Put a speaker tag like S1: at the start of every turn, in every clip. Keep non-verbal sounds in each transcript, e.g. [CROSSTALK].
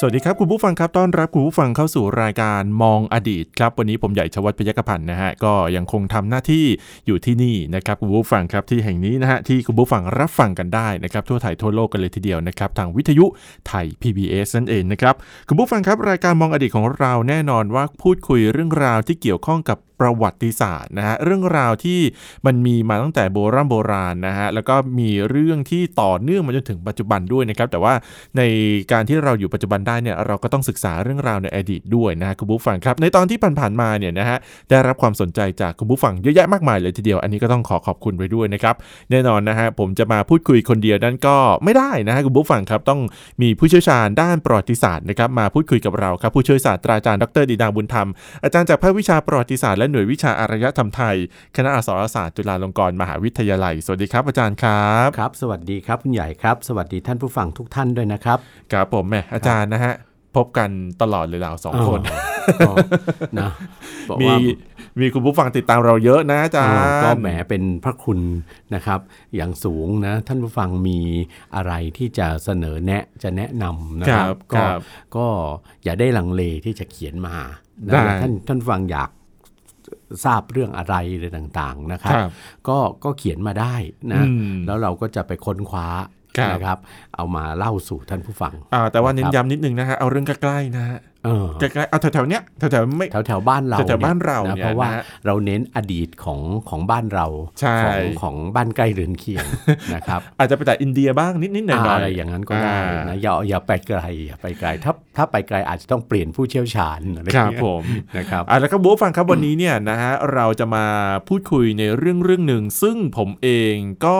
S1: สวัสดีครับ คุณผู้ฟังครับต้อนรับคุณผู้ฟังเข้าสู่รายการมองอดีตครับ วันนี้ผมใหญ่ชวัฒน์พยัคฆพันธ์นะฮะก็ยังคงทำหน้าที่อยู่ที่นี่นะครับคุณผู้ฟังครับที่แห่งนี้นะฮะที่คุณผู้ฟังรับฟังกันได้นะครับทั่วไทยทั่วโลกกันเลยทีเดียวนะครับทางวิทยุไทย PBS นั่นเองนะครับคุณผู้ฟังครับรายการมองอดีตของเราแน่นอนว่าพูดคุยเรื่องราวที่เกี่ยวข้องกับประวัติศาสตร์นะฮะเรื่องราวที่มันมีมาตั้งแต่โบราณโบราณนะฮะแล้วก็มีเรื่องที่ต่อเนื่องมาจนถึงปัจจุบันด้วยนะครับแต่ว่าในการที่เราอยู่ปัจจุบันได้เนี่ยเราก็ต้องศึกษาเรื่องราวในอดีตด้วยนะฮะคุณผู้ฟังครับ ในตอนที่ผ่านๆมาเนี่ยนะฮะได้รับความสนใจจากคุณผู้ฟังเยอะแยะมากมายเลยทีเดียวอันนี้ก็ต้องขอขอบคุณไว้ด้วยนะครับแน่นอนนะฮะผมจะมาพูดคุยคนเดียวนั้นก็ไม่ได้นะฮะคุณผู้ฟังครับต้องมีผู้เชี่ยวชาญด้านประวัติศาสตร์นะครับมาพูดคุยกับเราครับผู้ช่วยศาสตราจารย์ดรดีดาบุญธรรม อาจารย์จากภาควิชาประวัติศาสตร์และหน่วยวิชาอารยธรรมไทย คณะอักษรศาสตร์จุฬาลงกรณ์มหาวิทยาลัย สวัสดีครับอาจารย์ครับ
S2: ครับ สวัสดีครับคุณใหญ่ครับ สวัสดีท่านผู้ฟังทุกท่านด้วยนะครับ
S1: ครับผมแหมอาจารย์นะฮะพบกันตลอดเลยเราสองคน [LAUGHS]
S2: ก็นะบอก
S1: มี
S2: ว่า
S1: มีคุณผู้ฟังติดตามเราเยอะนะอาจาร
S2: อ่า
S1: ย์
S2: ก็แหมเป็นพระคุณนะครับ อย่างสูงนะท่านผู้ฟังมีอะไรที่จะเสนอแนะจะแนะนำนะ
S1: ค
S2: ค
S1: รั
S2: รั
S1: บบ ค
S2: ก็
S1: รับ
S2: ก็อย่าได้ลังเลที่จะเขียนมานะ
S1: ได้
S2: ท่านท่านผู้ฟังอยากทราบเรื่องอะไรหรือต่างๆนะค
S1: ครับ รับ
S2: ก็ก็เขียนมาได้นะ
S1: อืม
S2: แล้วเราก็จะไปค้นคว้า
S1: ครับ
S2: นะครับ เอามาเล่าสู่ท่านผู้ฟัง
S1: อ่าแต่ว่าเน้
S2: คน รับ
S1: ย้ำนิดนึงนะฮะเอาเรื่องใกล้ๆนะฮะ
S2: เออ
S1: ใกล้ๆเอาแถวๆเนี้ยแถวๆไม่
S2: แถวแถวๆบ้านเรา
S1: แถวๆบ้านเราเนี่ย
S2: เพราะว่า
S1: นะฮะ
S2: เราเน้นอดีตของของบ้านเรา
S1: ใช่
S2: ของของบ้านใกล้เรือนเคียง
S1: [LAUGHS]
S2: นะครับ
S1: อาจจะไปแต่อินเดียบ้างนิดๆหน่อยๆ
S2: อะไรอย่างนั้นก็ได้นะอย่าอย่าไปไกลอย่าไปไกลถ้าถ้าไปไกลอาจจะต้องเปลี่ยนผู้เชี่ยวชาญอะไรอ
S1: ค
S2: ย่า
S1: รับ
S2: งเงี้ย
S1: ผม
S2: นะครับ
S1: อ่ะแล้วก็บุ๊คฟังครับวันนี้เนี่ยนะฮ [COUGHS] ะเราจะมาพูดคุยในเรื่องเรื่องหนึ่ง ซึ่งผมเองก็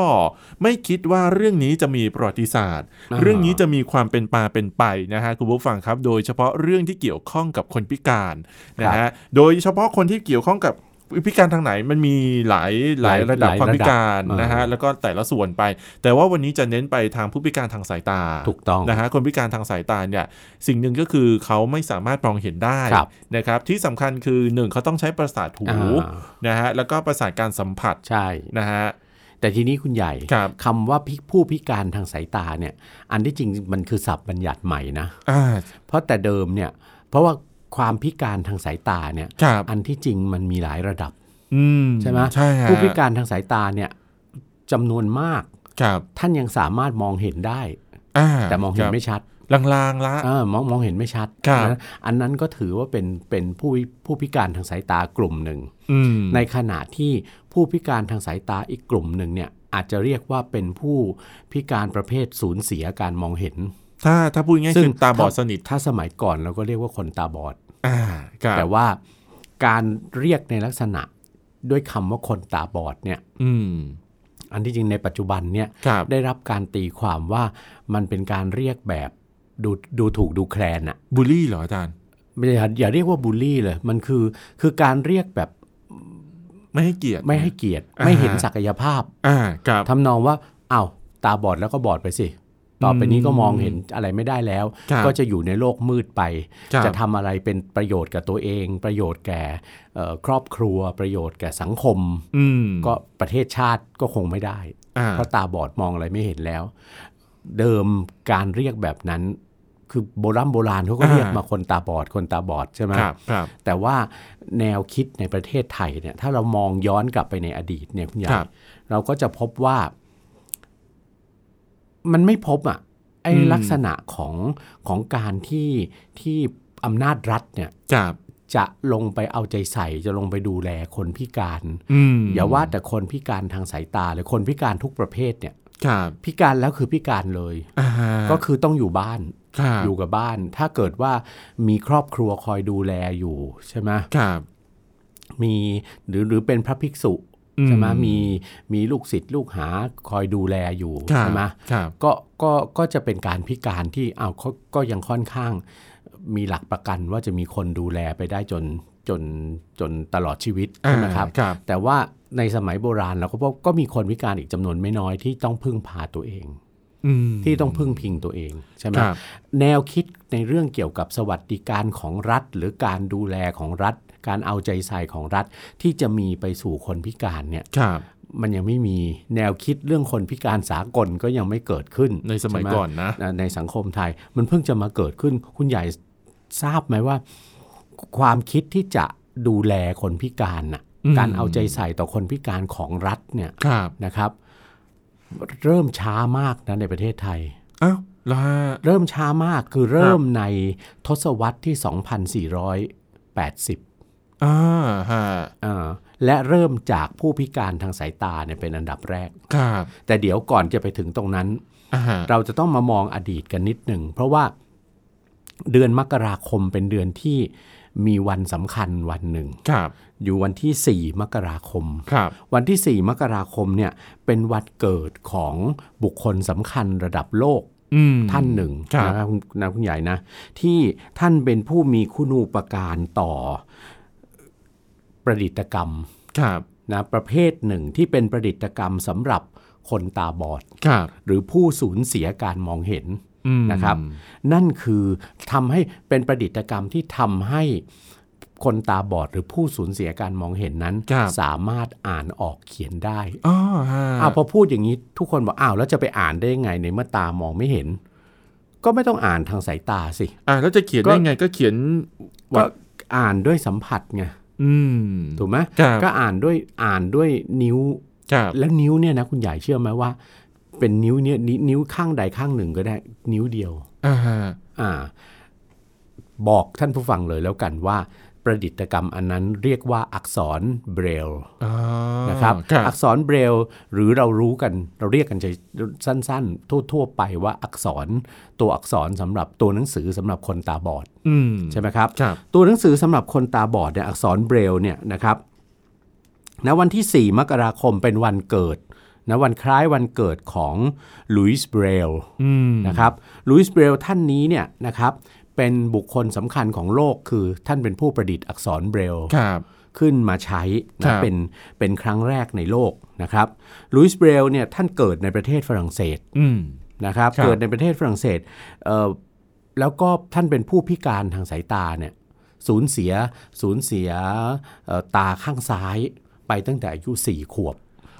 S1: ไม่คิดว่าเรื่องนี้จะมีประวัติศาสตร์
S2: อ่า
S1: เรื่องนี้จะมีความเป็นมาเป็นไปนะฮะคุณบุ๊คฟังครับ โดยเฉพาะเรื่องที่เกี่ยวข้องกับคนพิการนะฮะโดยเฉพาะคนที่เกี่ยวข้องกับพิการทางไหนมันมีหลายหลายระดับความพิการนะฮะแล้วก็แต่ละส่วนไป แต่ว่าวันนี้จะเน้นไปทางผู้พิการทางสายตา
S2: ถูกต้อง
S1: นะฮะคนพิการทางสายตาเนี่ยสิ่งหนึ่งก็คือเขาไม่สามารถมองเห็นได้
S2: ครับ
S1: นะครับที่สำคัญคือหนึ่งเขาต้องใช้ประสาทหู
S2: อ่า
S1: นะฮะแล้วก็ประสาทการสัมผัส
S2: ใช่
S1: นะฮะ
S2: แต่ทีนี้คุณใหญ่
S1: ครับ
S2: คำว่าพิผู้พิการทางสายตาเนี่ย อันที่จริงมันคือศัพท์บัญญัติใหม่นะ
S1: อ่า
S2: เพราะแต่เดิมเนี่ย เพราะว่าความพิการทางสายตาเนี่ย
S1: ครับ
S2: อันที่จริงมันมีหลายระดับ
S1: อืม
S2: ใช่ไหม
S1: ใช่ฮะ
S2: ผู้พิการทางสายตาเนี่ยจำนวนมาก
S1: ครับ
S2: ท่านยังสามารถมองเห็นได้
S1: อ่า
S2: แต่มอง
S1: คน
S2: เห็
S1: รับ
S2: ไม่ชัด
S1: ลางๆละ
S2: เออมองมองเห็นไม่ชัด
S1: ครับ
S2: นะอันนั้นก็ถือว่าเป็นเป็นผู้ผู้พิการทางสายตากลุ่มหนึ่ง
S1: อืม
S2: ในขณะที่ผู้พิการทางสายตาอีกกลุ่มหนึ่งเนี่ยอาจจะเรียกว่าเป็นผู้พิการประเภทสูญเสียการมองเห็น
S1: ถ้าถ้าพูดง่าย
S2: ซึ่
S1: ๆ
S2: ง
S1: คือตาบอดสนิท
S2: ถ้าสมัยก่อนเราก็เรียกว่าคนตาบอด
S1: อ่าครับ
S2: แต่ว่าการเรียกในลักษณะด้วยคำว่าคนตาบอดเนี่ย
S1: อืม
S2: อันที่จริงในปัจจุบันเนี่ย
S1: ครับ
S2: ได้รับการตีความว่ามันเป็นการเรียกแบบดูดูถูกดูแคลนอะ
S1: บูลลี่เหรออาจารย์
S2: ไม่ใช่อย่าเรียกว่าบูลลี่เลย มันคือคือการเรียกแบบ
S1: ไม่ให้เกียรติ
S2: ไม่ให้เกียรติ
S1: อ่า
S2: ไม่เห็นศักยภาพ
S1: อ่าครับ
S2: ทำนองว่าอา้าวตาบอดแล้วก็บอดไปสิ ต่อไปนี้ก็มองเห็นอะไรไม่ได้แล้ว
S1: ครับ
S2: ก็จะอยู่ในโลกมืดไป
S1: ครับ
S2: จะทำอะไรเป็นประโยชน์กับตัวเอง ประโยชน์แก่เอ่อครอบครัว ประโยชน์แก่สังคม
S1: อืม
S2: ก็ประเทศชาติก็คงไม่ได้
S1: อ่า
S2: เพราะตาบอดมองอะไรไม่เห็นแล้ว เดิมการเรียกแบบนั้น คือโบราณโบราณเขาก็เรียกมาคนตาบอดคนตาบอดใช่ไหม
S1: ครับครับ
S2: แต่ว่าแนวคิดในประเทศไทยเนี่ยถ้าเรามองย้อนกลับไปในอดีตเนี่ยคุณใหญ่
S1: ครับ
S2: เราก็จะพบว่า มันไม่พบอ่ะไอ้
S1: อืม
S2: ลักษณะของของการที่ที่อำนาจรัฐเนี่ย
S1: ครับ
S2: จะลงไปเอาใจใส่จะลงไปดูแลคนพิการ
S1: อืม
S2: อย่าว่าแต่คนพิการทางสายตาหรือคนพิการทุกประเภทเนี่ย
S1: ครับ
S2: พิการแล้วคือพิการเลย
S1: อ่า
S2: ก็คือต้องอยู่บ้าน
S1: ครับ
S2: อยู่กับบ้าน ถ้าเกิดว่ามีครอบครัวคอยดูแลอยู่ใช่ไหม
S1: ครับ
S2: มีหรือหรือเป็นพระภิกษุ
S1: อื
S2: ใช่ไหมมีมีลูกศิษย์ลูกหาคอยดูแลอยู่
S1: ครับ
S2: ใช่ไหม
S1: ครับ
S2: ก็ก็ก็จะเป็นการพิการที่อ้าวก็ก็ยังค่อนข้าง มีหลักประกันว่าจะมีคนดูแลไปได้จนจนจนตลอดชีวิตใช่ไหม
S1: อ่า
S2: ครับ
S1: ครับ
S2: แต่ว่า ในสมัยโบราณเราก็พบก็มีคนพิการอีกจำนวนไม่น้อยที่ต้องพึ่งพาตัวเอง
S1: อืม
S2: ที่ต้องพึ่งพิงตัวเองใช่ไหม
S1: ครับ
S2: แนวคิดในเรื่องเกี่ยวกับสวัสดิการของรัฐ หรือการดูแลของรัฐ การเอาใจใส่ของรัฐ ที่จะมีไปสู่คนพิการเนี่ย
S1: ครับ
S2: มันยังไม่มีแนวคิดเรื่องคนพิการสากลก็ยังไม่เกิดขึ้น
S1: ในสมัย
S2: ใช่ไห
S1: ก่อนนะ
S2: อ่าในสังคมไทยมันเพิ่งจะมาเกิดขึ้น คุณใหญ่ทราบไหมว่า ความคิดที่จะดูแลคนพิการน่ะ
S1: อืม
S2: การเอาใจใส่ต่อคนพิการของรัฐเนี่ย
S1: ครับ
S2: นะครับ เริ่มช้ามากนะในประเทศไทย
S1: อ้าวแล้วฮะ
S2: เริ่มช้ามากคือเริ่มในทศวรรษที่ 2480
S1: อ่าฮะ
S2: อ่าและเริ่มจากผู้พิการทางสายตาเนี่ยเป็นอันดับแรก
S1: ครับ
S2: แต่เดี๋ยวก่อนจะไปถึงตรงนั้น
S1: อ่าฮะ
S2: เราจะต้องมามองอดีตกันนิดหนึ่ง เพราะว่าเดือนมกราคมเป็นเดือนที่มีวันสำคัญวันหนึ่ง
S1: ครับ
S2: อยู่วันที่ 4 มกราคม
S1: ครับ
S2: วันที่ 4 มกราคมเนี่ยเป็นวันเกิดของบุคคลสำคัญระดับโลก
S1: อืม
S2: ท่านหนึ่ง
S1: ครับ
S2: นะครับคุณนะคุณใหญ่นะ ที่ท่านเป็นผู้มีคุณูปการต่อประดิษฐกรรม
S1: ครับ
S2: นะประเภทหนึ่งที่เป็นประดิษฐกรรมสำหรับคนตาบอด
S1: ครับ
S2: หรือผู้สูญเสียการมองเห็น
S1: อืม
S2: นะครับนั่นคือทำให้เป็นประดิษฐกรรมที่ทำให้คนตาบอดหรือผู้สูญเสียการมองเห็นนั้น สามารถอ่านออกเขียนได้
S1: อ๋อฮะ
S2: อ้าวพอพูดอย่างนี้ทุกคนบอกอ้าวแล้วจะไปอ่านได้ยังไงในเมื่อตามองไม่เห็น ก็ไม่ต้องอ่านทางสายตาสิ
S1: อ่าแล้วจะเขียน
S2: ก็
S1: ได้ไงก็เขียน
S2: ก็อ่านด้วยสัมผัสไง
S1: อืม
S2: ถูกไหม
S1: ครับ
S2: ก็อ่านด้วยอ่านด้วยนิ้ว
S1: ครับ
S2: แล้วนิ้วเนี่ยนะคุณใหญ่เชื่อไหมว่า เป็นนิ้วเนี่ยนิ้วนิ้วข้างใดข้างหนึ่งก็ได้ นิ้วเดียว
S1: อ่าฮะ
S2: อ่าบอกท่านผู้ฟังเลยแล้วกันว่า ประดิษฐกรรมอันนั้นเรียกว่าอักษรเบรล
S1: อ๋อ
S2: นะครับ
S1: ครับ
S2: อักษรเบรลหรือเรารู้กันเราเรียกกันจะสั้นๆ ทั่วๆไปว่าอักษรตัวอักษรสำหรับตัวหนังสือสำหรับคนตาบอด
S1: อืม
S2: ใช่ไหมครับ
S1: ครับ
S2: ตัวหนังสือสำหรับคนตาบอดเนี่ยอักษรเบรลเนี่ยนะครับณวันที่ 4 มกราคมเป็นวันเกิดนะวันคล้ายวันเกิดของลุยส์เบรล
S1: อืม
S2: นะครับลุยส์เบรลท่านนี้เนี่ยนะครับเป็นบุคคลสำคัญของโลกคือท่านเป็นผู้ประดิษฐ์อักษรเบรล
S1: ครับ
S2: ขึ้นมาใช้
S1: ครั
S2: นะ
S1: บ
S2: เป็นเป็นครั้งแรกในโลกนะครับลุยส์เบรลเนี่ยท่านเกิดในประเทศฝรั่งเศส
S1: อืม
S2: นะครับ
S1: ครับ
S2: เกิดในประเทศฝรั่งเศสเอ่อแล้วก็ท่านเป็นผู้พิการทางสายตาเนี่ยสูญเสียสูญเสียเอ่อตาข้างซ้ายไปตั้งแต่อายุ 4 ขวบ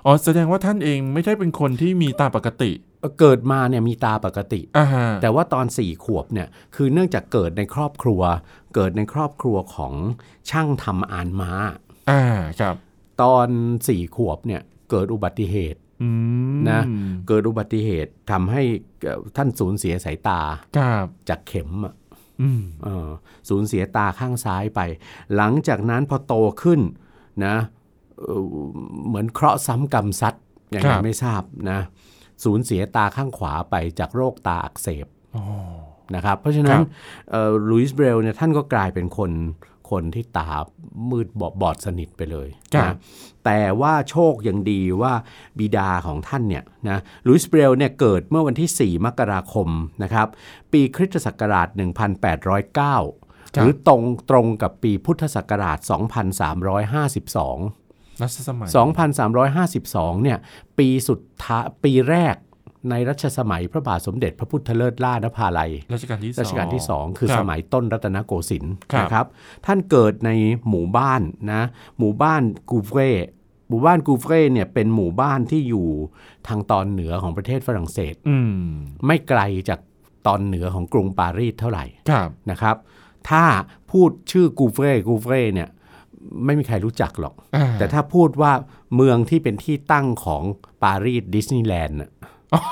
S1: อ๋อแสดงว่าท่านเองไม่ใช่เป็นคนที่มีตาปกติ
S2: เกิดมาเนี่ยมีตาปกติ
S1: อ่าฮะ
S2: แต่ว่าตอน 4 ขวบเนี่ย คือเนื่องจากเกิดในครอบครัว เกิดในครอบครัวของช่างทำอ่านม้า
S1: อ่าครับ
S2: ตอน 4 ขวบเนี่ย เกิดอุบัติเหตุ
S1: อืม
S2: นะ เกิดอุบัติเหตุทำให้เอ่อท่านสูญเสียสายตา
S1: ครับ
S2: จากเข็มอะ
S1: อืม
S2: เออสูญเสียตาข้างซ้ายไป หลังจากนั้นพอโตขึ้นนะเอ่อเหมือนเคราะห์ซ้ำกรรมซัดอย่างไรไม่ทราบนะสูญเสียตาข้างขวาไปจากโรคตาอักเสบ
S1: อ๋อ
S2: นะครับเพราะฉะนั้
S1: ค
S2: น
S1: รับ
S2: เอ่อลุยส์เบรลเนี่ยท่านก็กลายเป็นคนคนที่ตามืดบอดบอดสนิทไปเลยนะแต่ว่าโชคยังดีว่าบิดาของท่านเนี่ยนะลุยส์เบรลเนี่ยเกิดเมื่อวันที่ 4 มกราคมนะครับปีคริสตศักราช 1809 หรือตรงตรงกับปีพุทธศักราช 2352
S1: รัชสมัย
S2: 2,352 เนี่ยปีสุดท้ายปีแรกในรัชสมัยพระบาทสมเด็จพระพุทธเลิศล่านภาลัย
S1: รัชกาลที่สอง
S2: รัชกาลที่ 2 คือ
S1: รับ
S2: สมัยต้นรัตนโกสินทร์
S1: ครับ
S2: นะครับ ท่านเกิดในหมู่บ้านนะหมู่บ้านกูเฟรหมู่บ้านกูเฟรเนี่ยเป็นหมู่บ้านที่อยู่ทางตอนเหนือของประเทศฝรั่งเศส
S1: อืม
S2: ไม่ไกลจากตอนเหนือของกรุงปารีสเท่าไหร่
S1: ครับ
S2: นะครับ ถ้าพูดชื่อกูเฟรกูเฟรเนี่ยไม่มีใครรู้จักหรอก
S1: อ่า
S2: แต่ถ้าพูดว่าเมืองที่เป็นที่ตั้งของปารีสดิสนีย์แลนด์น่ะ
S1: อ๋อ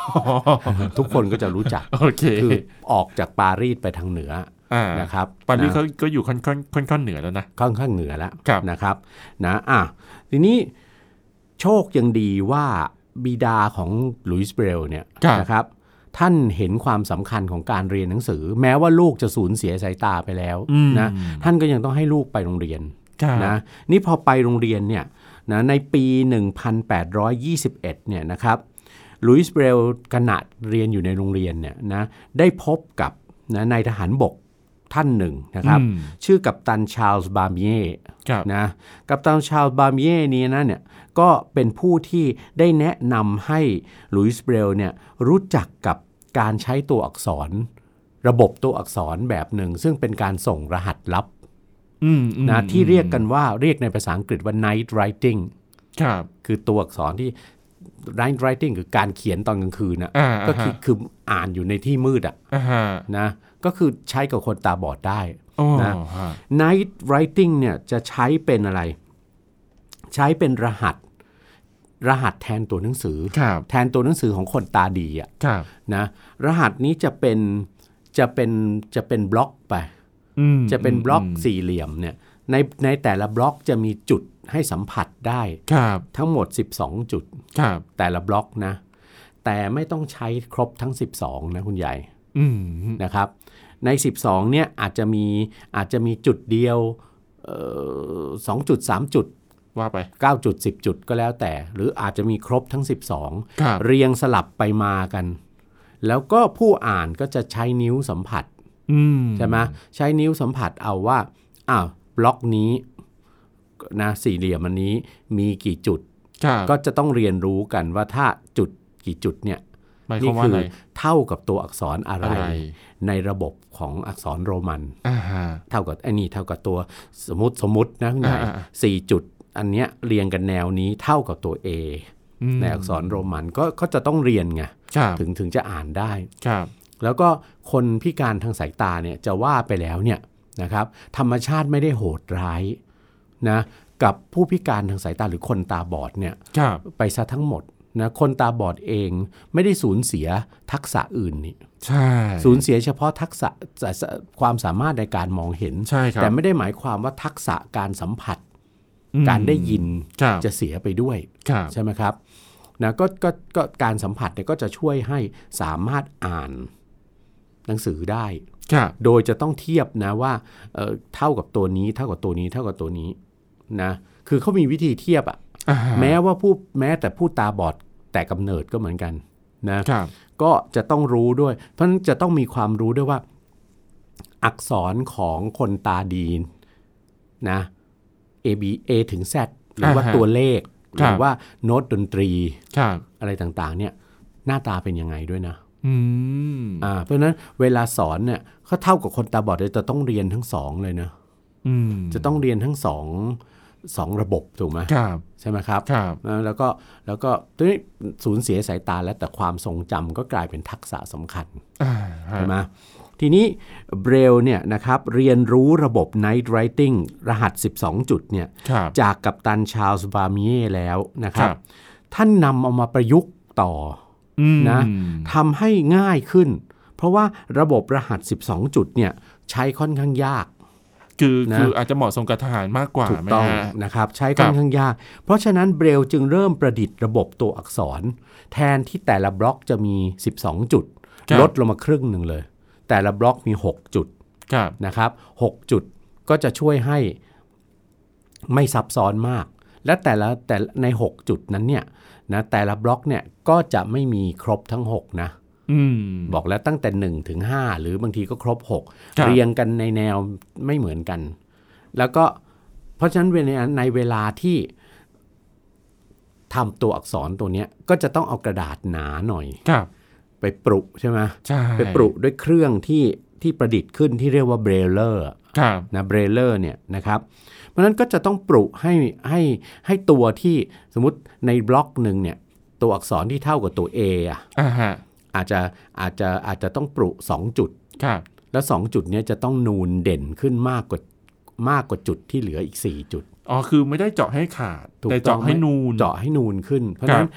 S2: ทุกคนก็จะรู้จัก
S1: [LAUGHS] โอเค
S2: คือออกจากปารีสไปทางเหนือ
S1: อ่า
S2: นะครับ
S1: ปารีส
S2: นะ
S1: เขาก็อยู่ค่อนค่อนค่อนข้างเหนือแล้วนะ
S2: ค่อนข้างเหนือแล้ว
S1: ครับ
S2: นะครับนะอ่ะทีนี้โชคยังดีว่าบิดาของหลุยส์เบรลเนี่ยนะครับท่านเห็นความสำคัญของการเรียนหนังสือ แม้ว่าลูกจะสูญเสียสายตาไปแล้วนะท่านก็ยังต้องให้ลูกไปโรงเรียน
S1: ครับ
S2: นะนี่พอไปโรงเรียนเนี่ยนะในปี 1821เนี่ยนะครับหลุยส์เบรลขณะเรียนอยู่ในโรงเรียนเนี่ยนะได้พบกับนะนายทหารบก ท่านหนึ่งนะครับ
S1: อืม
S2: ชื่อกัปตันชาลส์บาเมีย
S1: ครับ
S2: นะกัปตันชาลส์บาเมียเนี้นะเนี่ยก็เป็นผู้ที่ได้แนะนำให้หลุยส์เบรลเนี่ยรู้จักกับการใช้ตัวอักษร ระบบตัวอักษรแบบหนึ่ง ซึ่งเป็นการส่งรหัสลับ
S1: อืมอืม
S2: นะที่เรียกกันว่าเรียกในภาษาอังกฤษว่า night writing
S1: ครับ
S2: คือตัวอักษรที่ night writing คือการเขียนตอนกลางคืนนะ
S1: อ่า
S2: ก็คือ
S1: อ่าฮะ
S2: คืออ่านอยู่ในที่มืดอะ
S1: อ่าฮะ
S2: นะก็คือใช้กับคนตาบอดได้
S1: โอ้
S2: นะ
S1: ฮะ
S2: Night Writing เนี่ยจะใช้เป็นอะไร ใช้เป็นรหัส รหัสแทนตัวหนังสือ
S1: ครับ
S2: แทนตัวหนังสือของคนตาดีอะ
S1: ครับ
S2: นะรหัสนี้จะเป็นจะเป็นจะเป็นบล็อกไป
S1: อืม
S2: จะเป็นบล็อก
S1: ม
S2: สี่เหลี่ยมเนี่ยในในแต่ละบล็อกจะมีจุดให้สัมผัสได้
S1: ครับ
S2: ทั้งหมด 12 จุด
S1: ครับ
S2: แต่ละบล็อกนะ แต่ไม่ต้องใช้ครบทั้ง 12 นะคุณใหญ่
S1: อืม
S2: นะครับใน 12 เนี่ยอาจจะมีอาจจะมีจุดเดียวเอ่อ2จุด3จุด
S1: ว่าไป
S2: 9จุด10 จุดก็แล้วแต่ หรืออาจจะมีครบทั้
S1: ค
S2: ง
S1: รับ
S2: 12 เรียงสลับไปมากัน แล้วก็ผู้อ่านก็จะใช้นิ้วสัมผัส
S1: อืม
S2: ใช่ไหมใช้นิ้วสัมผัสเอาว่าอ้าวบล็อกนี้นะสี่เหลี่ยมอันนี้มีกี่จุด
S1: ครับ
S2: ก็จะต้องเรียนรู้กันว่าถ้าจุดกี่จุดเนี่ย
S1: หมายค
S2: นี่
S1: วามว่า
S2: คื
S1: อะไร
S2: เท่ากับตัวอักษรอะไร
S1: อะไร
S2: ในระบบของอักษรโรมัน
S1: อ่าฮะ
S2: เท่ากับไอ้นี่เท่ากับตัวสมมติสมมตินะคุณนาย
S1: อ่าอ่า
S2: สี่จุดอันเนี้ยเรียงกันแนวนี้เท่ากับตัว A
S1: อืม
S2: ในอักษรโรมันก็ก็จะต้องเรียนไง
S1: ครับ
S2: ถึงถึงจะอ่านได้
S1: ครับ
S2: แล้วก็คนพิการทางสายตาเนี่ยจะว่าไปแล้วเนี่ยนะครับธรรมชาติไม่ได้โหดร้ายนะกับผู้พิการทางสายตาหรือคนตาบอดเนี่ย
S1: ครับ
S2: ไปซะทั้งหมดนะคนตาบอดเองไม่ได้สูญเสียทักษะอื่นนี่
S1: ใช่
S2: สูญเสียเฉพาะทักษะสสความสามารถในการมองเห็น
S1: ใช่ครับ
S2: แต่ไม่ได้หมายความว่าทักษะการสัมผัส
S1: อืม
S2: การได้ยิน
S1: ครับ
S2: จะเสียไปด้วย
S1: ครับ
S2: ใช่ไหมครับนะก็ก็ก็การสัมผัสเนี่ยก็จะช่วยให้สามารถอ่านหนังสือได้
S1: ครับ
S2: โดยจะต้องเทียบนะว่าเอ่อเท่ากับตัวนี้เท่ากับตัวนี้เท่ากับตัวนี้นะคือเขามีวิธีเทียบอะ
S1: อ่าฮะ
S2: แม้ว่าผู้แม้แต่ผู้ตาบอดแต่กำเนิดก็เหมือนกันนะ
S1: ครับ
S2: ก็จะต้องรู้ด้วย เพราะฉะนั้นจะต้องมีความรู้ด้วยว่า อักษรของคนตาดีนะ A B A ถึง Z หรือว่า
S1: อ่าฮะ
S2: ตัวเลข ห
S1: ครั
S2: รื
S1: บ
S2: อว่าโน้ตดนตรี
S1: ครับ
S2: อะไรต่างๆ เนี่ย หน้าตาเป็นยังไงด้วยนะ
S1: อืม
S2: อ่าเพราะฉะนั้นเวลาสอนเนี่ยก็เท่ากับคนตาบอดเลยจะต้องเรียนทั้งสองเลยนะ
S1: อืม
S2: จะต้องเรียนทั้งสองสองระบบถูกไหม
S1: ครับ
S2: ใช่ไหมครับ
S1: ครับ
S2: นะแล้วก็แล้วก็ทีนี้สูญเสียสายตาแล้วแต่ความทรงจำก็กลายเป็นทักษะสำคัญ
S1: อ่าฮะ
S2: ใช่ไหมทีนี้เบรลเนี่ยนะครับเรียนรู้ระบบ Night Writing รหัส 12 จุดเนี่ย
S1: ครับ
S2: จากกัปตันชาลส์บาเมียแล้วนะค
S1: ค
S2: รั
S1: รับ บ
S2: ท่านนำเอามาประยุกต์ต่อ
S1: อืม
S2: นะ ทำให้ง่ายขึ้น เพราะว่าระบบรหัส 12 จุดเนี่ยใช้ค่อนข้างยาก
S1: คือ
S2: นะ
S1: คืออาจจะเหมาะสมกับทหารมากกว่า
S2: ถูก
S1: ไหม
S2: ต้อง
S1: ฮะ
S2: นะครับใช้ค่อนข้างยาก เพราะฉะนั้นเบรลจึงเริ่มประดิษฐ์ระบบตัวอักษร แทนที่แต่ละบล็อกจะมี 12 จุด
S1: ครับ
S2: ลดลงมาครึ่งหนึ่งเลย แต่ละบล็อกมี 6 จุด
S1: ครับ
S2: นะครับ6จุดก็จะช่วยให้ไม่ซับซ้อนมาก และแต่ละแต่ละใน 6 จุดนั้นเนี่ยนะแต่ละบล็อกเนี่ยก็จะไม่มีครบทั้ง 6 นะ
S1: อืม
S2: บอกแล้วตั้งแต่ 1 ถึง 5 หรือบางทีก็ครบ
S1: ครับ
S2: 6 เรียงกันในแนวไม่เหมือนกัน แล้วก็เพราะฉะนั้นเวลาในเวลาที่ทำตัวอักษรตัวเนี้ยก็จะต้องเอากระดาษหนาหน่อย
S1: ครับ
S2: ไปปรุใช่ไหม
S1: ใช่
S2: ไปปรุด้วยเครื่องที่ที่ประดิษฐ์ขึ้นที่เรียกว่าเบรเลอร์
S1: ครับ
S2: นะเบรเลอร์เนี่ยนะครับ เพราะฉะนั้นก็จะต้องปลุกให้ให้ให้ตัวที่สมมติในบล็อกหนึ่งเนี่ยตัวอักษรที่เท่ากับตัว A อะ
S1: อ่าฮะ
S2: อาจจะอาจจะอาจจะต้องปลุก2 จุด
S1: ครับ
S2: แล้ว 2 จุดเนี้ยจะต้องนูนเด่นขึ้นมากกว่ามากกว่าจุดที่เหลืออีก 4 จุด
S1: อ๋อ คือไม่ได้เจาะให้ขาด
S2: ถูก
S1: แต่
S2: ต้อ
S1: เจาะ
S2: งไม
S1: ให้นูน
S2: เจาะให้นูนขึ้น เพราะฉะนั้น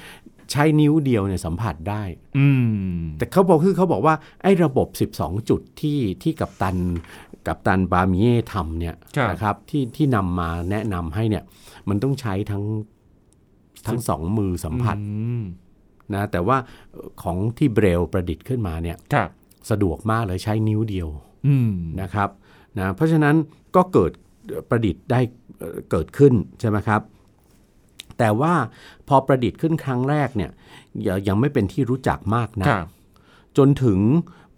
S2: ใช้นิ้วเดียวเนี่ยสัมผัสได้
S1: อืม
S2: แต่เขาบอกคือเขาบอกว่าไอ้ระบบ 12 จุดที่ที่กับตันกับตันบาเมียทำเนี่ย
S1: ครับ
S2: นะครับที่ที่นำมาแนะนำให้เนี่ยมันต้องใช้ทั้งทั้งสองมือสัมผัส
S1: อืม
S2: นะแต่ว่าของที่เบรลประดิษฐ์ขึ้นมาเนี่ย
S1: ครับ
S2: สะดวกมากเลยใช้นิ้วเดียว
S1: อืม
S2: นะครับนะเพราะฉะนั้นก็เกิดประดิษฐ์ได้เอ่อเกิดขึ้นใช่ไหมครับ แต่ว่าพอประดิษฐ์ขึ้นครั้งแรกเนี่ยยังยังไม่เป็นที่รู้จักมากนะ
S1: ครับ
S2: จนถึง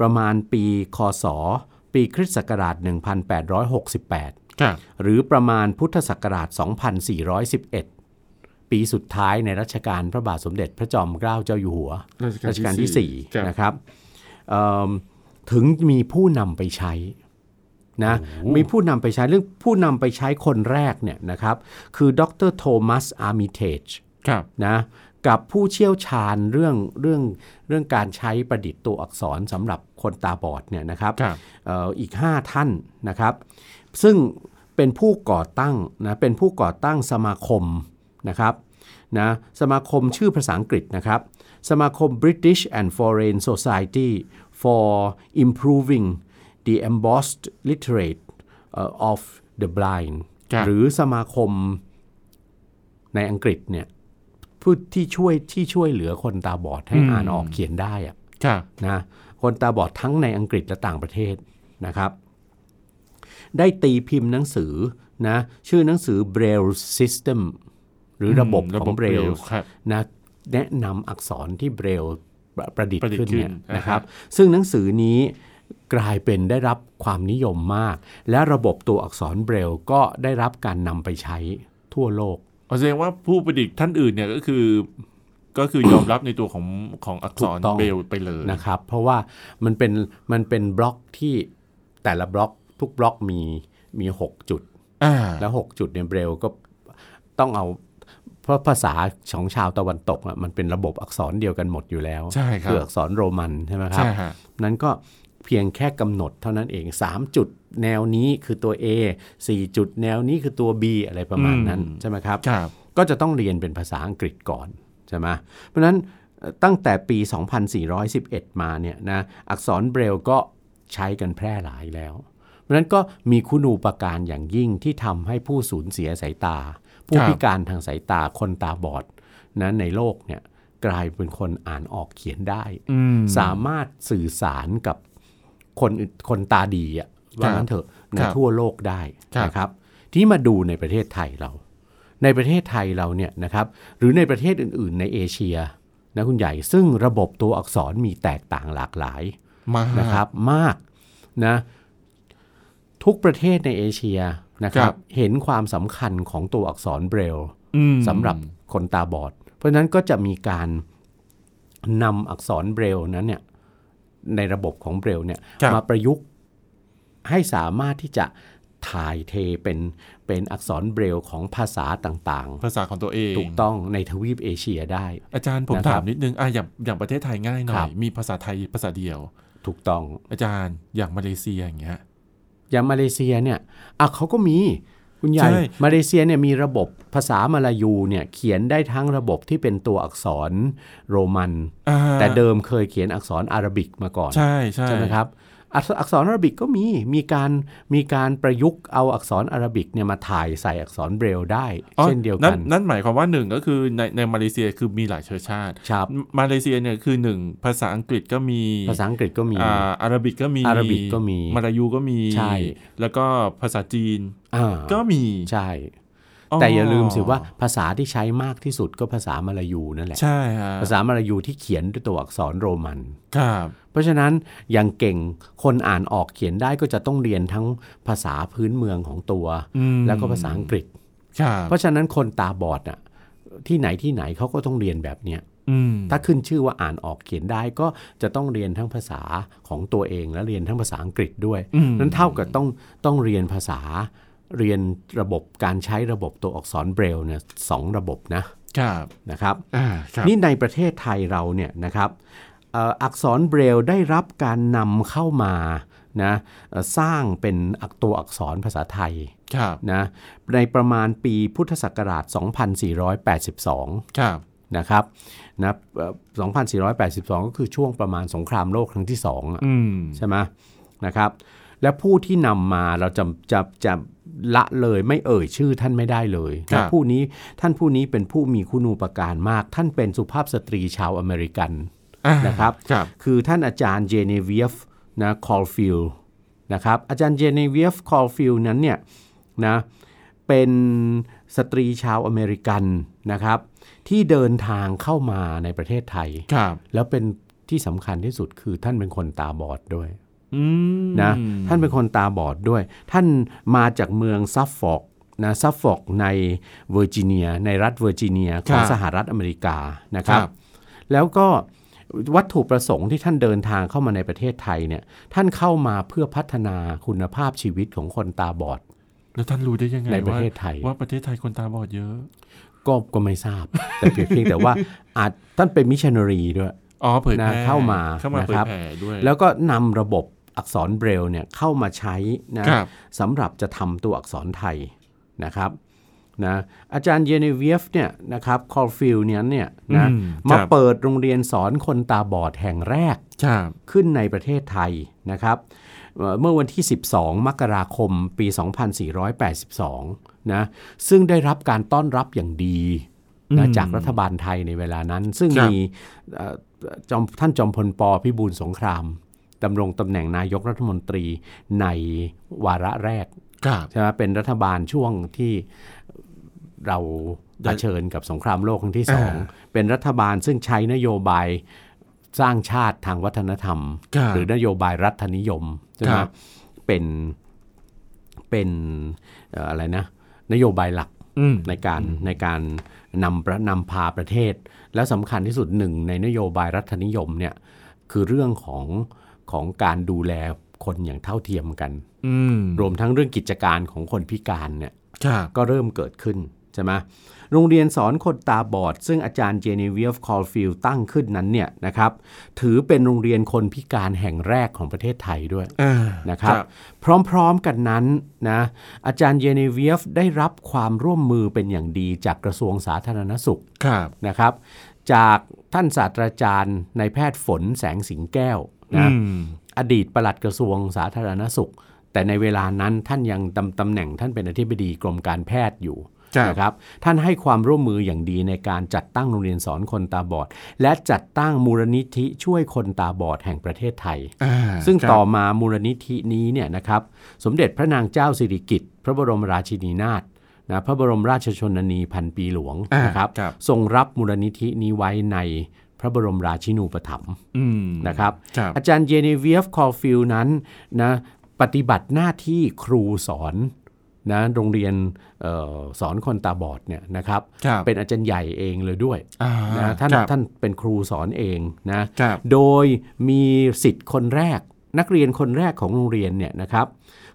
S2: ประมาณปี คศ ปีคริสต์ศักราช 1868
S1: ครับ
S2: หรือประมาณพุทธศักราช 2411 ปีสุดท้ายในรัชกาลพระบาทสมเด็จพระจอมเกล้าเจ้าอยู่หัว รัชกาลที่
S1: ครับ
S2: 4 นะครับเอิ่มถึงมีผู้นำไปใช้นะ
S1: โอ้โห
S2: มีผู้นำไปใช้เรื่องผู้นำไปใช้คนแรกเนี่ยนะครับคือดรโทมัสอาร์มิเทจ
S1: ครับ
S2: นะกับผู้เชี่ยวชาญเรื่องเรื่องเรื่องการใช้ประดิษฐ์ตัวอักษรสำหรับคนตาบอดเนี่ยนะครับ
S1: ครับ
S2: เอ่ออีก 5 ท่านนะครับ ซึ่งเป็นผู้ก่อตั้งนะเป็นผู้ก่อตั้งสมาคมนะครับนะสมาคมชื่อภาษาอังกฤษนะครับ สมาคม British and Foreign Society for Improving the Embossed Literate เอ่อ of the Blind
S1: ครับ
S2: หรือสมาคมในอังกฤษเนี่ยผู้ที่ช่วยที่ช่วยเหลือคนตาบอดให้อ่านออกเขียนได้อะ
S1: ครับ
S2: นะคนตาบอดทั้งในอังกฤษและต่างประเทศนะครับ ได้ตีพิมพ์หนังสือนะชื่อหนังสือ Braille System หรือระบบ
S1: ระ
S2: ข
S1: บ
S2: อบง Braille
S1: Braille ครับ
S2: นะแนะนำอักษรที่ Braille ประประดิษ
S1: ประ
S2: ฐ์
S1: ดิษฐ์
S2: ขึ้น
S1: ขึ้น
S2: เนี่ย
S1: อ่าฮะ
S2: นะครับ ซึ่งหนังสือนี้กลายเป็นได้รับความนิยมมาก และระบบตัวอักษร Braille ก็ได้รับการนำไปใช้ทั่วโลก
S1: เอาแสดงว่าผู้ประดิษฐ์ท่านอื่นเนี่ยก็คือ ก็คือยอมรับในตัวของของอักษร
S2: ถูกต้อง
S1: เบรลไปเลย
S2: นะครับเพราะว่ามันเป็นมันเป็นบล็อกที่แต่ละบล็อกทุกบล็อกมีมี 6 จุด
S1: อ่า
S2: แล้ว 6 จุดเนี่ยเบรลก็ต้องเอาเพราะภาษาของชาวตะวันตกอ่ะมันเป็นระบบอักษรเดียวกันหมดอยู่แล้ว
S1: ใช่ครับ
S2: คืออักษรโรมันใช่ไหมครับ
S1: ใช่ฮะ
S2: นั้นก็เพียงแค่กำหนดเท่านั้นเอง 3 จุดแนวนี้คือตัว A 4 จุดแนวนี้คือตัว B อะไรประมาณนั้น
S1: อืม
S2: ใช่ไหมครับ
S1: ครับ
S2: ก็จะต้องเรียนเป็นภาษาอังกฤษก่อนใช่ไหมเพราะฉะนั้นเอ่อตั้งแต่ปี 2411 มาเนี่ยนะอักษรเบรลก็ใช้กันแพร่หลายแล้ว เพราะฉะนั้นก็มีคุณูปการอย่างยิ่งที่ทำให้ผู้สูญเสียสายตา ผู้
S1: ครับ
S2: พิการทางสายตาคนตาบอดนะในโลกเนี่ยกลายเป็นคนอ่านออกเขียนได้
S1: อืม
S2: สามารถสื่อสารกับคนอื่นคนตาดีอะว่างั้นเถอะใน
S1: ครับ
S2: ทั่วโลกได้
S1: ครับ
S2: นะครับ ที่มาดูในประเทศไทยเรา ในประเทศไทยเราเนี่ยนะครับ หรือในประเทศอื่น ๆ ในเอเชียนะคุณใหญ่ซึ่งระบบตัวอักษรมีแตกต่างหลากหลาย
S1: มา
S2: นะครับมากนะทุกประเทศในเอเชียนะค
S1: ครั
S2: รับ
S1: บ
S2: เห็นความสำคัญของตัวอักษรเบรล
S1: อืม
S2: สำหรับคนตาบอด เพราะฉะนั้นก็จะมีการนำอักษรเบรลนั้นเนี่ยในระบบของเบรลเนี่ย
S1: ครับ
S2: มาประยุกต์ให้สามารถที่จะถ่ายเทเป็นเป็นอักษรเบรลของภาษาต่าง
S1: ภาษาของตัวเอง
S2: ๆ ถูกต้องในทวีปเอเชียได้
S1: อาจารย์ผม
S2: นะครับ
S1: ถามนิดนึงอ่ะอย่างอย่างประเทศไทยง่ายหน่
S2: ค
S1: อ
S2: รั
S1: ย
S2: บ
S1: มีภาษาไทยภาษาเดียว
S2: ถูกต้อง
S1: อาจารย์อย่างมาเลเซียอย่างเงี้ย
S2: อย่างมาเลเซียเนี่ยอ่ะเขาก็มีคุณใหญ่
S1: ใช่
S2: มาเลเซียเนี่ยมีระบบภาษามาลายูเนี่ยเขียนได้ทั้งระบบที่เป็นตัวอักษรโรมัน
S1: อ่า
S2: แต่เดิมเคยเขียนอักษรอาหรับิกมาก่อน
S1: ใช่ใช่
S2: ใช่ไหมครับอักษอักษรอาหรับิกก็มีมีการมีการประยุกต์เอาอักษรอาหรับิกเนี่ยมาถ่ายใส่อักษรเบรลได้
S1: อ๋อ
S2: เช่นเดียวกัน
S1: นั่นหมายความว่าหนึ่งก็คือในในมาเลเซียคือมีหลายเชื้อชาติ
S2: ครับ
S1: มาเลเซียเนี่ยคือหนึ่งภาษาอังกฤษก็มี
S2: ภาษาอังกฤษก็มี
S1: อ่าอาหรับิกก็มี
S2: อาหรับิกก็มี
S1: มาลายูก็มี
S2: ใช่
S1: แล้วก็ภาษาจีน
S2: อ่า
S1: ก็มี
S2: ใช่ แต่อย่าลืมสิว่าภาษาที่ใช้มากที่สุดก็ภาษามาลายูนั่นแหละ
S1: ใช่ฮะ
S2: ภาษามาลายูที่เขียนด้วยตัวอักษรโรมัน
S1: ครับ
S2: เพราะฉะนั้นอย่างเก่งคนอ่านออกเขียนได้ก็จะต้องเรียนทั้งภาษาพื้นเมืองของตัว
S1: อืม
S2: แล้วก็ภาษาอังกฤษ
S1: ครับ
S2: เพราะฉะนั้นคนตาบอดอ่ะที่ไหนที่ไหนเขาก็ต้องเรียนแบบเนี้ย
S1: อืม
S2: ถ้าขึ้นชื่อว่าอ่านออกเขียนได้ก็จะต้องเรียนทั้งภาษาของตัวเองและเรียนทั้งภาษาอังกฤษด้วย
S1: อืม
S2: นั้นเท่ากับต้องต้องเรียนภาษา เรียนระบบการใช้ระบบตัวอักษรเบรลเนี่ยสองระบบนะครับ นะครับ
S1: อ่าครับ
S2: นี่ในประเทศไทยเราเนี่ยนะครับเอ่ออักษรเบรลได้รับการนำเข้ามานะเอ่อสร้างเป็นอักตัวอักษรภาษาไทย
S1: ครับ
S2: นะในประมาณปีพุทธศักราช 2482
S1: ครับ
S2: นะครับนะเอ่อ2482 ก็คือช่วงประมาณสงครามโลกครั้งที่สองอะ
S1: อืม
S2: ใช่ไหมนะครับ และผู้ที่นำมาเราจะจะจะละเลยไม่เอ่ยชื่อท่านไม่ได้เลยนะผู้นี้ท่านผู้นี้เป็นผู้มีคุณูปการมาก ท่านเป็นสุภาพสตรีชาวอเมริกัน
S1: อ่า
S2: นะครับ
S1: ครับ
S2: คือท่านอาจารย์เจเนเวียฟนะคอลฟิลนะครับอาจารย์เจเนเวียฟคอลฟิลนั้นเนี่ยนะเป็นสตรีชาวอเมริกันนะครับ ที่เดินทางเข้ามาในประเทศไทย
S1: ครับ
S2: แล้วเป็นที่สำคัญที่สุดคือท่านเป็นคนตาบอดด้วย
S1: อืม
S2: นะท่านเป็นคนตาบอดด้วย ท่านมาจากเมืองซัฟฟอกนะซัฟฟอกในเวอร์จิเนีย ในรัฐเวอร์จิเนียของสหรัฐอเมริกานะค
S1: ค
S2: รั
S1: รับ บ
S2: แล้วก็วัตถุประสงค์ที่ท่านเดินทางเข้ามาในประเทศไทยเนี่ยท่านเข้ามาเพื่อพัฒนาคุณภาพชีวิตของคนตาบอด
S1: แล้วท่านรู้ได้ยังไง
S2: ในประ
S1: ว่า
S2: เทศไทย
S1: ว่าประเทศไทยคนตาบอดเยอะ
S2: ก็ก็ไม่ทราบ แต่เพียงเพียงแต่ว่าอาจท่านเป็นมิชชันนารีด้วย
S1: อ๋อเผยแพร่
S2: นะเข้ามา
S1: เข้ามา
S2: นะ
S1: เผย
S2: ครับ
S1: แผ่ด้วย
S2: แล้วก็นำระบบอักษรเบรลเนี่ยเข้ามาใช้นะครับ สำหรับจะทำตัวอักษรไทยนะครับนะอาจารย์เยเนเวียฟเนี่ยนะครับคอลฟิลเนี่ยเนี่ยนะ
S1: อืม
S2: มา
S1: ครับ
S2: เปิดโรงเรียนสอนคนตาบอดแห่งแรก
S1: ครับ
S2: ขึ้นในประเทศไทยนะครับเอ่อเมื่อวันที่ 12 มกราคม ปี 2482 นะ ซึ่งได้รับการต้อนรับอย่างดีนะจากรัฐบาลไทยในเวลานั้น ซึ่ง
S1: ครับ
S2: มีเอ่อจอมท่านจอมพลปพิบูลสงครามดำรงตำแหน่งนายกรัฐมนตรีในวาระแรก
S1: ครับ
S2: ใช่ไหมเป็นรัฐบาลช่วงที่เรา
S1: ได้
S2: เผชิญกับสงครามโลกครั้งที่สอง
S1: อ่
S2: เป็นรัฐบาลซึ่งใช้นโยบายสร้างชาติทางวัฒนธรรม
S1: ครับ
S2: หรือนโยบายรัฐนิยมใช่ไหม
S1: ครับ
S2: เป็นเป็นเอ่ออะไรนะนโยบายหลัก
S1: อืม
S2: ในการในการนำประนำพาประเทศ และสำคัญที่สุดหนึ่งในนโยบายรัฐนิยมเนี่ยคือเรื่องของของการดูแลคนอย่างเท่าเทียมกัน
S1: อืม
S2: รวมทั้งเรื่องกิจการของคนพิการเนี่ย
S1: ครับ
S2: ก็เริ่มเกิดขึ้นใช่ไหมโรงเรียนสอนคนตาบอด ซึ่งอาจารย์เจเนเวียฟคอลฟิลตั้งขึ้นนั้นเนี่ยนะครับถือเป็นโรงเรียนคนพิการแห่งแรกของประเทศไทยด้วย
S1: อ่า
S2: นะครับพร้อมๆกันนั้นนะอาจารย์เยเนเวียฟได้รับความร่วมมือเป็นอย่างดีจากกระทรวงสาธารณสุข
S1: ครับ
S2: นะครับจากท่านศาสตราจารย์นายแพทย์ฝนแสงสิงแก้วนะ
S1: อืม
S2: อดีตปลัดกระทรวงสาธารณสุข แต่ในเวลานั้นท่านยังดำตำแหน่งท่านเป็นอธิบดีกรมการแพทย์อยู่
S1: ครับ
S2: นะครับท่านให้ความร่วมมืออย่างดีในการจัดตั้งโรงเรียนสอนคนตาบอด และจัดตั้งมูลนิธิช่วยคนตาบอดแห่งประเทศไทย
S1: อ่า
S2: ซึ่ง
S1: ครับ
S2: ต่อมามูลนิธินี้เนี่ยนะครับสมเด็จพระนางเจ้าสิริกิติ์พระบรมราชินีนาถนะพระบรมราชชนนีพันปีหลวง
S1: อ่า
S2: นะครับ
S1: ครับ
S2: ทรงรับมูลนิธินี้ไว้ในพระบรมราชินูปถัมภ์
S1: อืม
S2: นะครับ
S1: ครับ
S2: อาจารย์เยเนเวียฟคอลฟิลนั้นนะปฏิบัติหน้าที่ครูสอนนะโรงเรียนเออสอนคนตาบอดเนี่ยนะครับ
S1: ครับ
S2: เป็นอาจารย์ใหญ่เองเลยด้วย
S1: อ่า
S2: นะท่าน
S1: ครับ
S2: ท่านเป็นครูสอนเองนะครับ โดยมีสิทธิ์คนแรก นักเรียนคนแรกของโรงเรียนเนี่ยนะครับ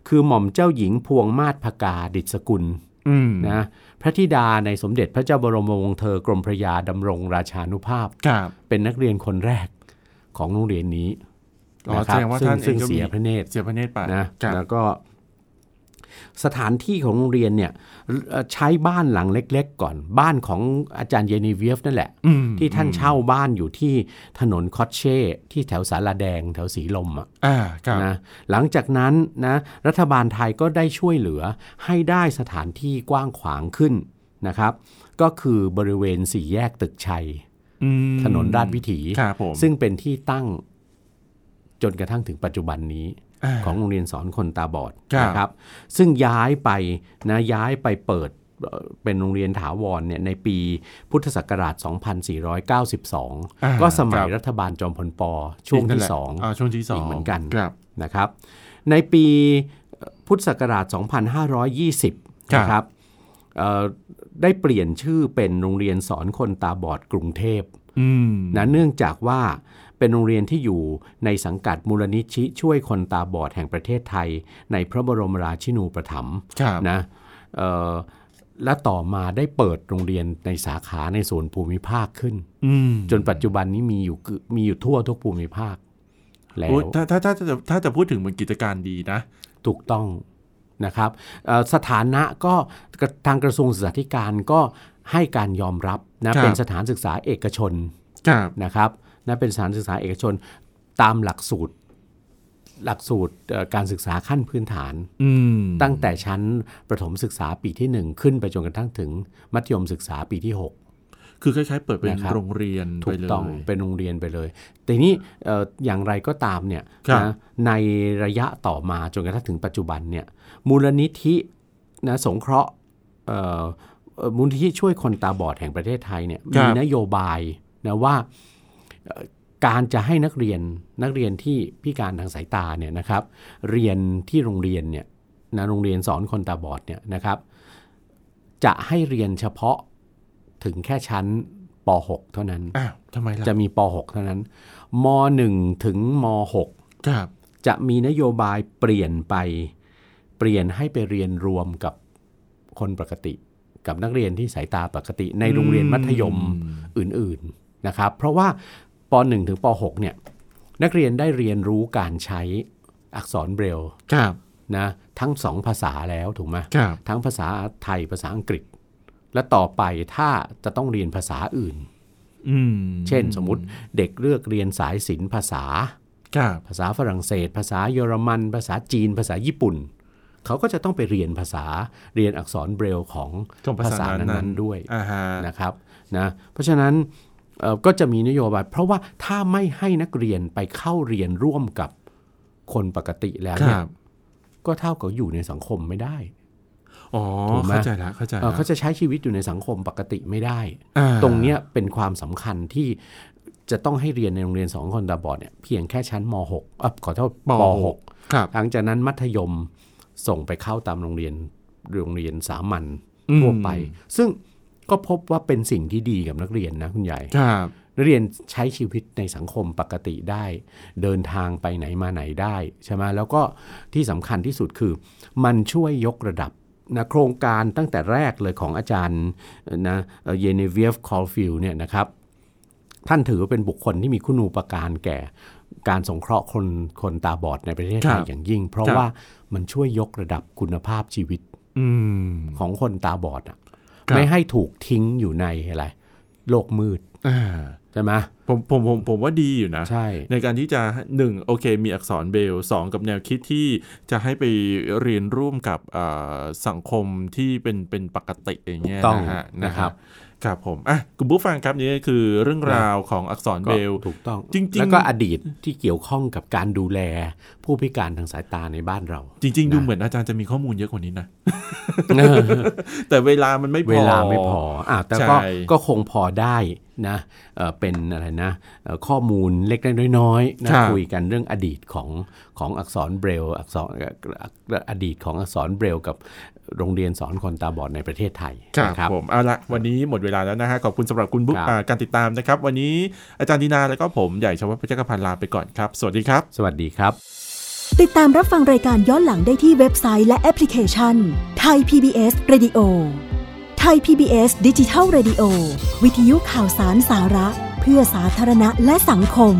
S2: คือหม่อมเจ้าหญิงพวงมาศพกาดิษกุล
S1: อืม
S2: นะพระธิดาในสมเด็จพระเจ้าบรมวงศ์เธอกรมพระยาดำรงราชานุภาพ
S1: ครับ
S2: เป็นนักเรียนคนแรกของโรงเรียนนี้
S1: อ๋อ
S2: นะค
S1: แส
S2: รับ
S1: ดงว่า
S2: ซึ่ง
S1: ท่านเอ
S2: ซึ่
S1: ง
S2: ง
S1: ก็มี
S2: เสียพระเนตร
S1: เสียพระเนตรไป
S2: นะครับ แล้วก็สถานที่ของโรงเรียนเนี่ยเอ่อใช้บ้านหลังเล็กๆ ก่อน บ้านของอาจารย์เยนีเวียฟนั่นแหละ
S1: อืม
S2: ที่ท่านเช่าบ้านอยู่ที่ถนนคอตเช่ ที่แถวสาราแดงแถวสีลมอะ
S1: อ่าครับ
S2: นะหลังจากนั้นนะรัฐบาลไทยก็ได้ช่วยเหลือให้ได้สถานที่กว้างขวางขึ้นนะครับ ก็คือบริเวณสี่แยกตึกชัย
S1: อืม
S2: ถนนราชวิถี
S1: ครับผม
S2: ซึ่งเป็นที่ตั้งจนกระทั่งถึงปัจจุบันนี้
S1: า
S2: ของโรงเรียนสอนคนตาบอด
S1: ครับ
S2: นะครับซึ่งย้ายไปนะย้ายไปเปิดเอ่อเป็นโรงเรียนถาวรเนี่ยในปีพุทธศักราช
S1: อ่า
S2: 2492 ก็สมัยรัฐบาลจอมพลปช่วงที่
S1: นั่นแหละ
S2: 2
S1: าช่วงที่สอง
S2: อีกเหมือนกัน
S1: ครับ
S2: นะครับในปีพุทธศักราช 2520
S1: ครับ
S2: นะครับเอ่อได้เปลี่ยนชื่อเป็นโรงเรียนสอนคนตาบอดกรุงเทพ
S1: อืม
S2: นะเนื่องจากว่าเป็นโรงเรียนที่อยู่ในสังกัดมูลนิธิช่วยคนตาบอดแห่งประเทศไทย ในพระบรมราชินูปถัมภ์
S1: ครับ
S2: นะเอ่อและต่อมาได้เปิดโรงเรียนในสาขาในส่วนภูมิภาคขึ้น
S1: อืม
S2: จนปัจจุบันนี้มีอยู่เกือบมีอยู่ทั่วทุกภูมิภาค แล้
S1: โอ้ยว ถ้าถ้าถ้าจะถ้าจะพูดถึงมันกิจการดีนะ
S2: ถูกต้องนะครับเอ่อสถานะก็กระทางกระทรวงศึกษาธิการก็ให้การยอมรับนะครับ เป็นสถานศึกษาเอกชน
S1: ครับ
S2: นะครับนะเป็นสถานศึกษาเอกชนตามหลักสูตร หลักสูตรเอ่อการศึกษาขั้นพื้นฐาน
S1: อืม
S2: ตั้งแต่ชั้นประถมศึกษาปีทีหนึ่1 ขึ้นไปจนกระทั่งถึงมัธยมศึกษาปีที่ 6
S1: คือคล้ายๆเปิดเป็น
S2: นะครับ
S1: โรงเรียน
S2: ถู
S1: ไป
S2: ก
S1: เลย
S2: ต้องเป็นโรงเรียนไปเลยแต่นี้เอ่ออย่างไรก็ตามเนี่ย
S1: ครับ
S2: นะในระยะต่อมาจนกระทั่งถึงปัจจุบันเนี่ยมูลนิธินะสงเคราะห์เอ่อเอ่อมูลนิธิช่วยคนตาบอดแห่งประเทศไทยเนี่ย
S1: ครั
S2: มี
S1: บ
S2: นโยบายนะว่าเอ่อ การจะให้นักเรียนนักเรียนที่พิการทางสายตาเนี่ยนะครับ เรียนที่โรงเรียนเนี่ยนะโรงเรียนสอนคนตาบอดเนี่ยนะครับ จะให้เรียนเฉพาะถึงแค่ชั้นป .6 เท่านั้น
S1: อ้าวทำไมล่ะ
S2: จะมีป .6 เท่านั้นม .1 ถึงม .6
S1: ครับ
S2: จะมีนโยบายเปลี่ยนไปเปลี่ยนให้ไปเรียนรวมกับคนปกติ กับนักเรียนที่สายตาปกติ ในโรงเรียนมัธยมอื่นๆนะครับ เพราะว่าป .1 ถึงป .6 เนี่ยนักเรียนได้เรียนรู้การใช้อักษรเบรลล
S1: ครับ
S2: นะทั้งสองภาษาแล้วถูกไหม
S1: ครับ
S2: ทั้งภาษาไทยภาษาอังกฤษ และต่อไปถ้าจะต้องเรียนภาษาอื่น
S1: อืม
S2: เช่นสมมติเด็กเลือกเรียนสายศิลป์ภาษา
S1: ครับ
S2: ภาษาฝรั่งเศส ภาษาเยอรมัน ภาษาจีน ภาษาญี่ปุ่น เขาก็จะต้องไปเรียนภาษาเรียนอักษรเบรลของ
S1: ก็ภา
S2: ภาษา
S1: ษานั้
S2: นั้น นๆด้วย
S1: อ่าฮะ
S2: นะครับนะเพราะฉะนั้นเอ่อก็จะมีนโยบาย เพราะว่าถ้าไม่ให้นักเรียนไปเข้าเรียนร่วมกับคนปกติแล้ว
S1: ค
S2: เนี่ย
S1: รับ
S2: ก็เท่ากับอยู่ในสังคมไม่ได้
S1: อ๋อ
S2: ถูกไหม
S1: เข้าใจละเข้าใจ
S2: เอ่อ
S1: ละ
S2: เขาจะใช้ชีวิตอยู่ในสังคมปกติไม่ได้
S1: อ่า
S2: ตรงเนี้ยเป็นความสำคัญที่จะต้องให้เรียนในโรงเรียนสองคนตาบอดเนี่ยเพียงแค่ชั้นม .6 อ่ะขอโทษ
S1: ป
S2: ป
S1: ห
S2: .6
S1: กครับ
S2: หลังจากนั้นมัธยมส่งไปเข้าตามโรงเรียนโรงเรียนสามัญ
S1: อืม
S2: ทั่วไป ซึ่งก็พบว่าเป็นสิ่งที่ดีกับนักเรียนนะคุณใหญ่
S1: ครับ
S2: นักเรียนใช้ชีวิตในสังคมปกติได้ เดินทางไปไหนมาไหนได้ใช่ไหมแล้วก็ที่สำคัญที่สุดคือ มันช่วยยกระดับนะโครงการตั้งแต่แรกเลยของอาจารย์เอ่อนะเยเนเวียฟคอลฟิลเนี่ยนะครับ ท่านถือว่าเป็นบุคคลที่มีคุณูปการแก่การสงเคราะห์คนคนตาบอดในประเทศไทยอย่างยิ่ง เพราะว่ามันช่วยยกระดับคุณภาพชีวิต
S1: อืม
S2: ของคนตาบอดอะ
S1: ครับ
S2: ไม่ให้ถูกทิ้งอยู่ในอะไร โลกมืด
S1: อ่า
S2: ใช่ไหม
S1: ผมผมผมผมว่าดีอยู่นะ
S2: ใช่
S1: ในการที่จะหนึ่งโอเค มีอักษรเบรลล์สองกับแนวคิดที่จะให้ไปเรียนร่วมกับเอ่อสังคมที่เป็นเป็นปกติอย่างเงี้ย
S2: ต้อง
S1: นะฮะ
S2: นะครับ
S1: ครับผมอ่ะคุณผู้ฟังครับนี่ก็คือเรื่องราวของอักษรเบรลล์
S2: ถูกต้อง
S1: จริงๆ
S2: แล้วก็อดีตที่เกี่ยวข้องกับการดูแลผู้พิการทางสายตาในบ้านเรา
S1: จริง ๆ ดู
S2: นะ
S1: เหมือนอาจารย์จะมีข้อมูลเยอะกว่านี้นะ แต่เวลามันไม่พอ
S2: เวลาไม่พออ่ะแต่ก็
S1: ใช่
S2: ก็คงพอได้นะเอ่อเป็นอะไรนะเอ่อข้อมูลเล็กๆน้อยๆนะคุยกันเรื่องอดีตของของอักษรเบรลลอักษรเอ่ออดีตของอักษรเบรลลกับโรงเรียนสอนคนตาบอดในประเทศไทย
S1: ครับ
S2: นะครับ
S1: ผมเอาละวันนี้หมดเวลาแล้วนะฮะขอบคุณสำหรับคุณบุ๊ก
S2: ครับ
S1: อ่าการติดตามนะครับ วันนี้อาจารย์ดีนาแล้วก็ผมใหญ่ชวัฒน์พัชกพันธ์ลาไปก่อนครับ สวัสดีครับ
S2: สวัสดีครับ
S3: ติดตามรับฟังรายการย้อนหลังได้ที่เว็บไซต์และแอปพลิเคชันไทย PBS Radio ไทย PBS ดิจิทัล Radio วิทยุข่าวสารสาระ เพื่อสาธารณะและสังคม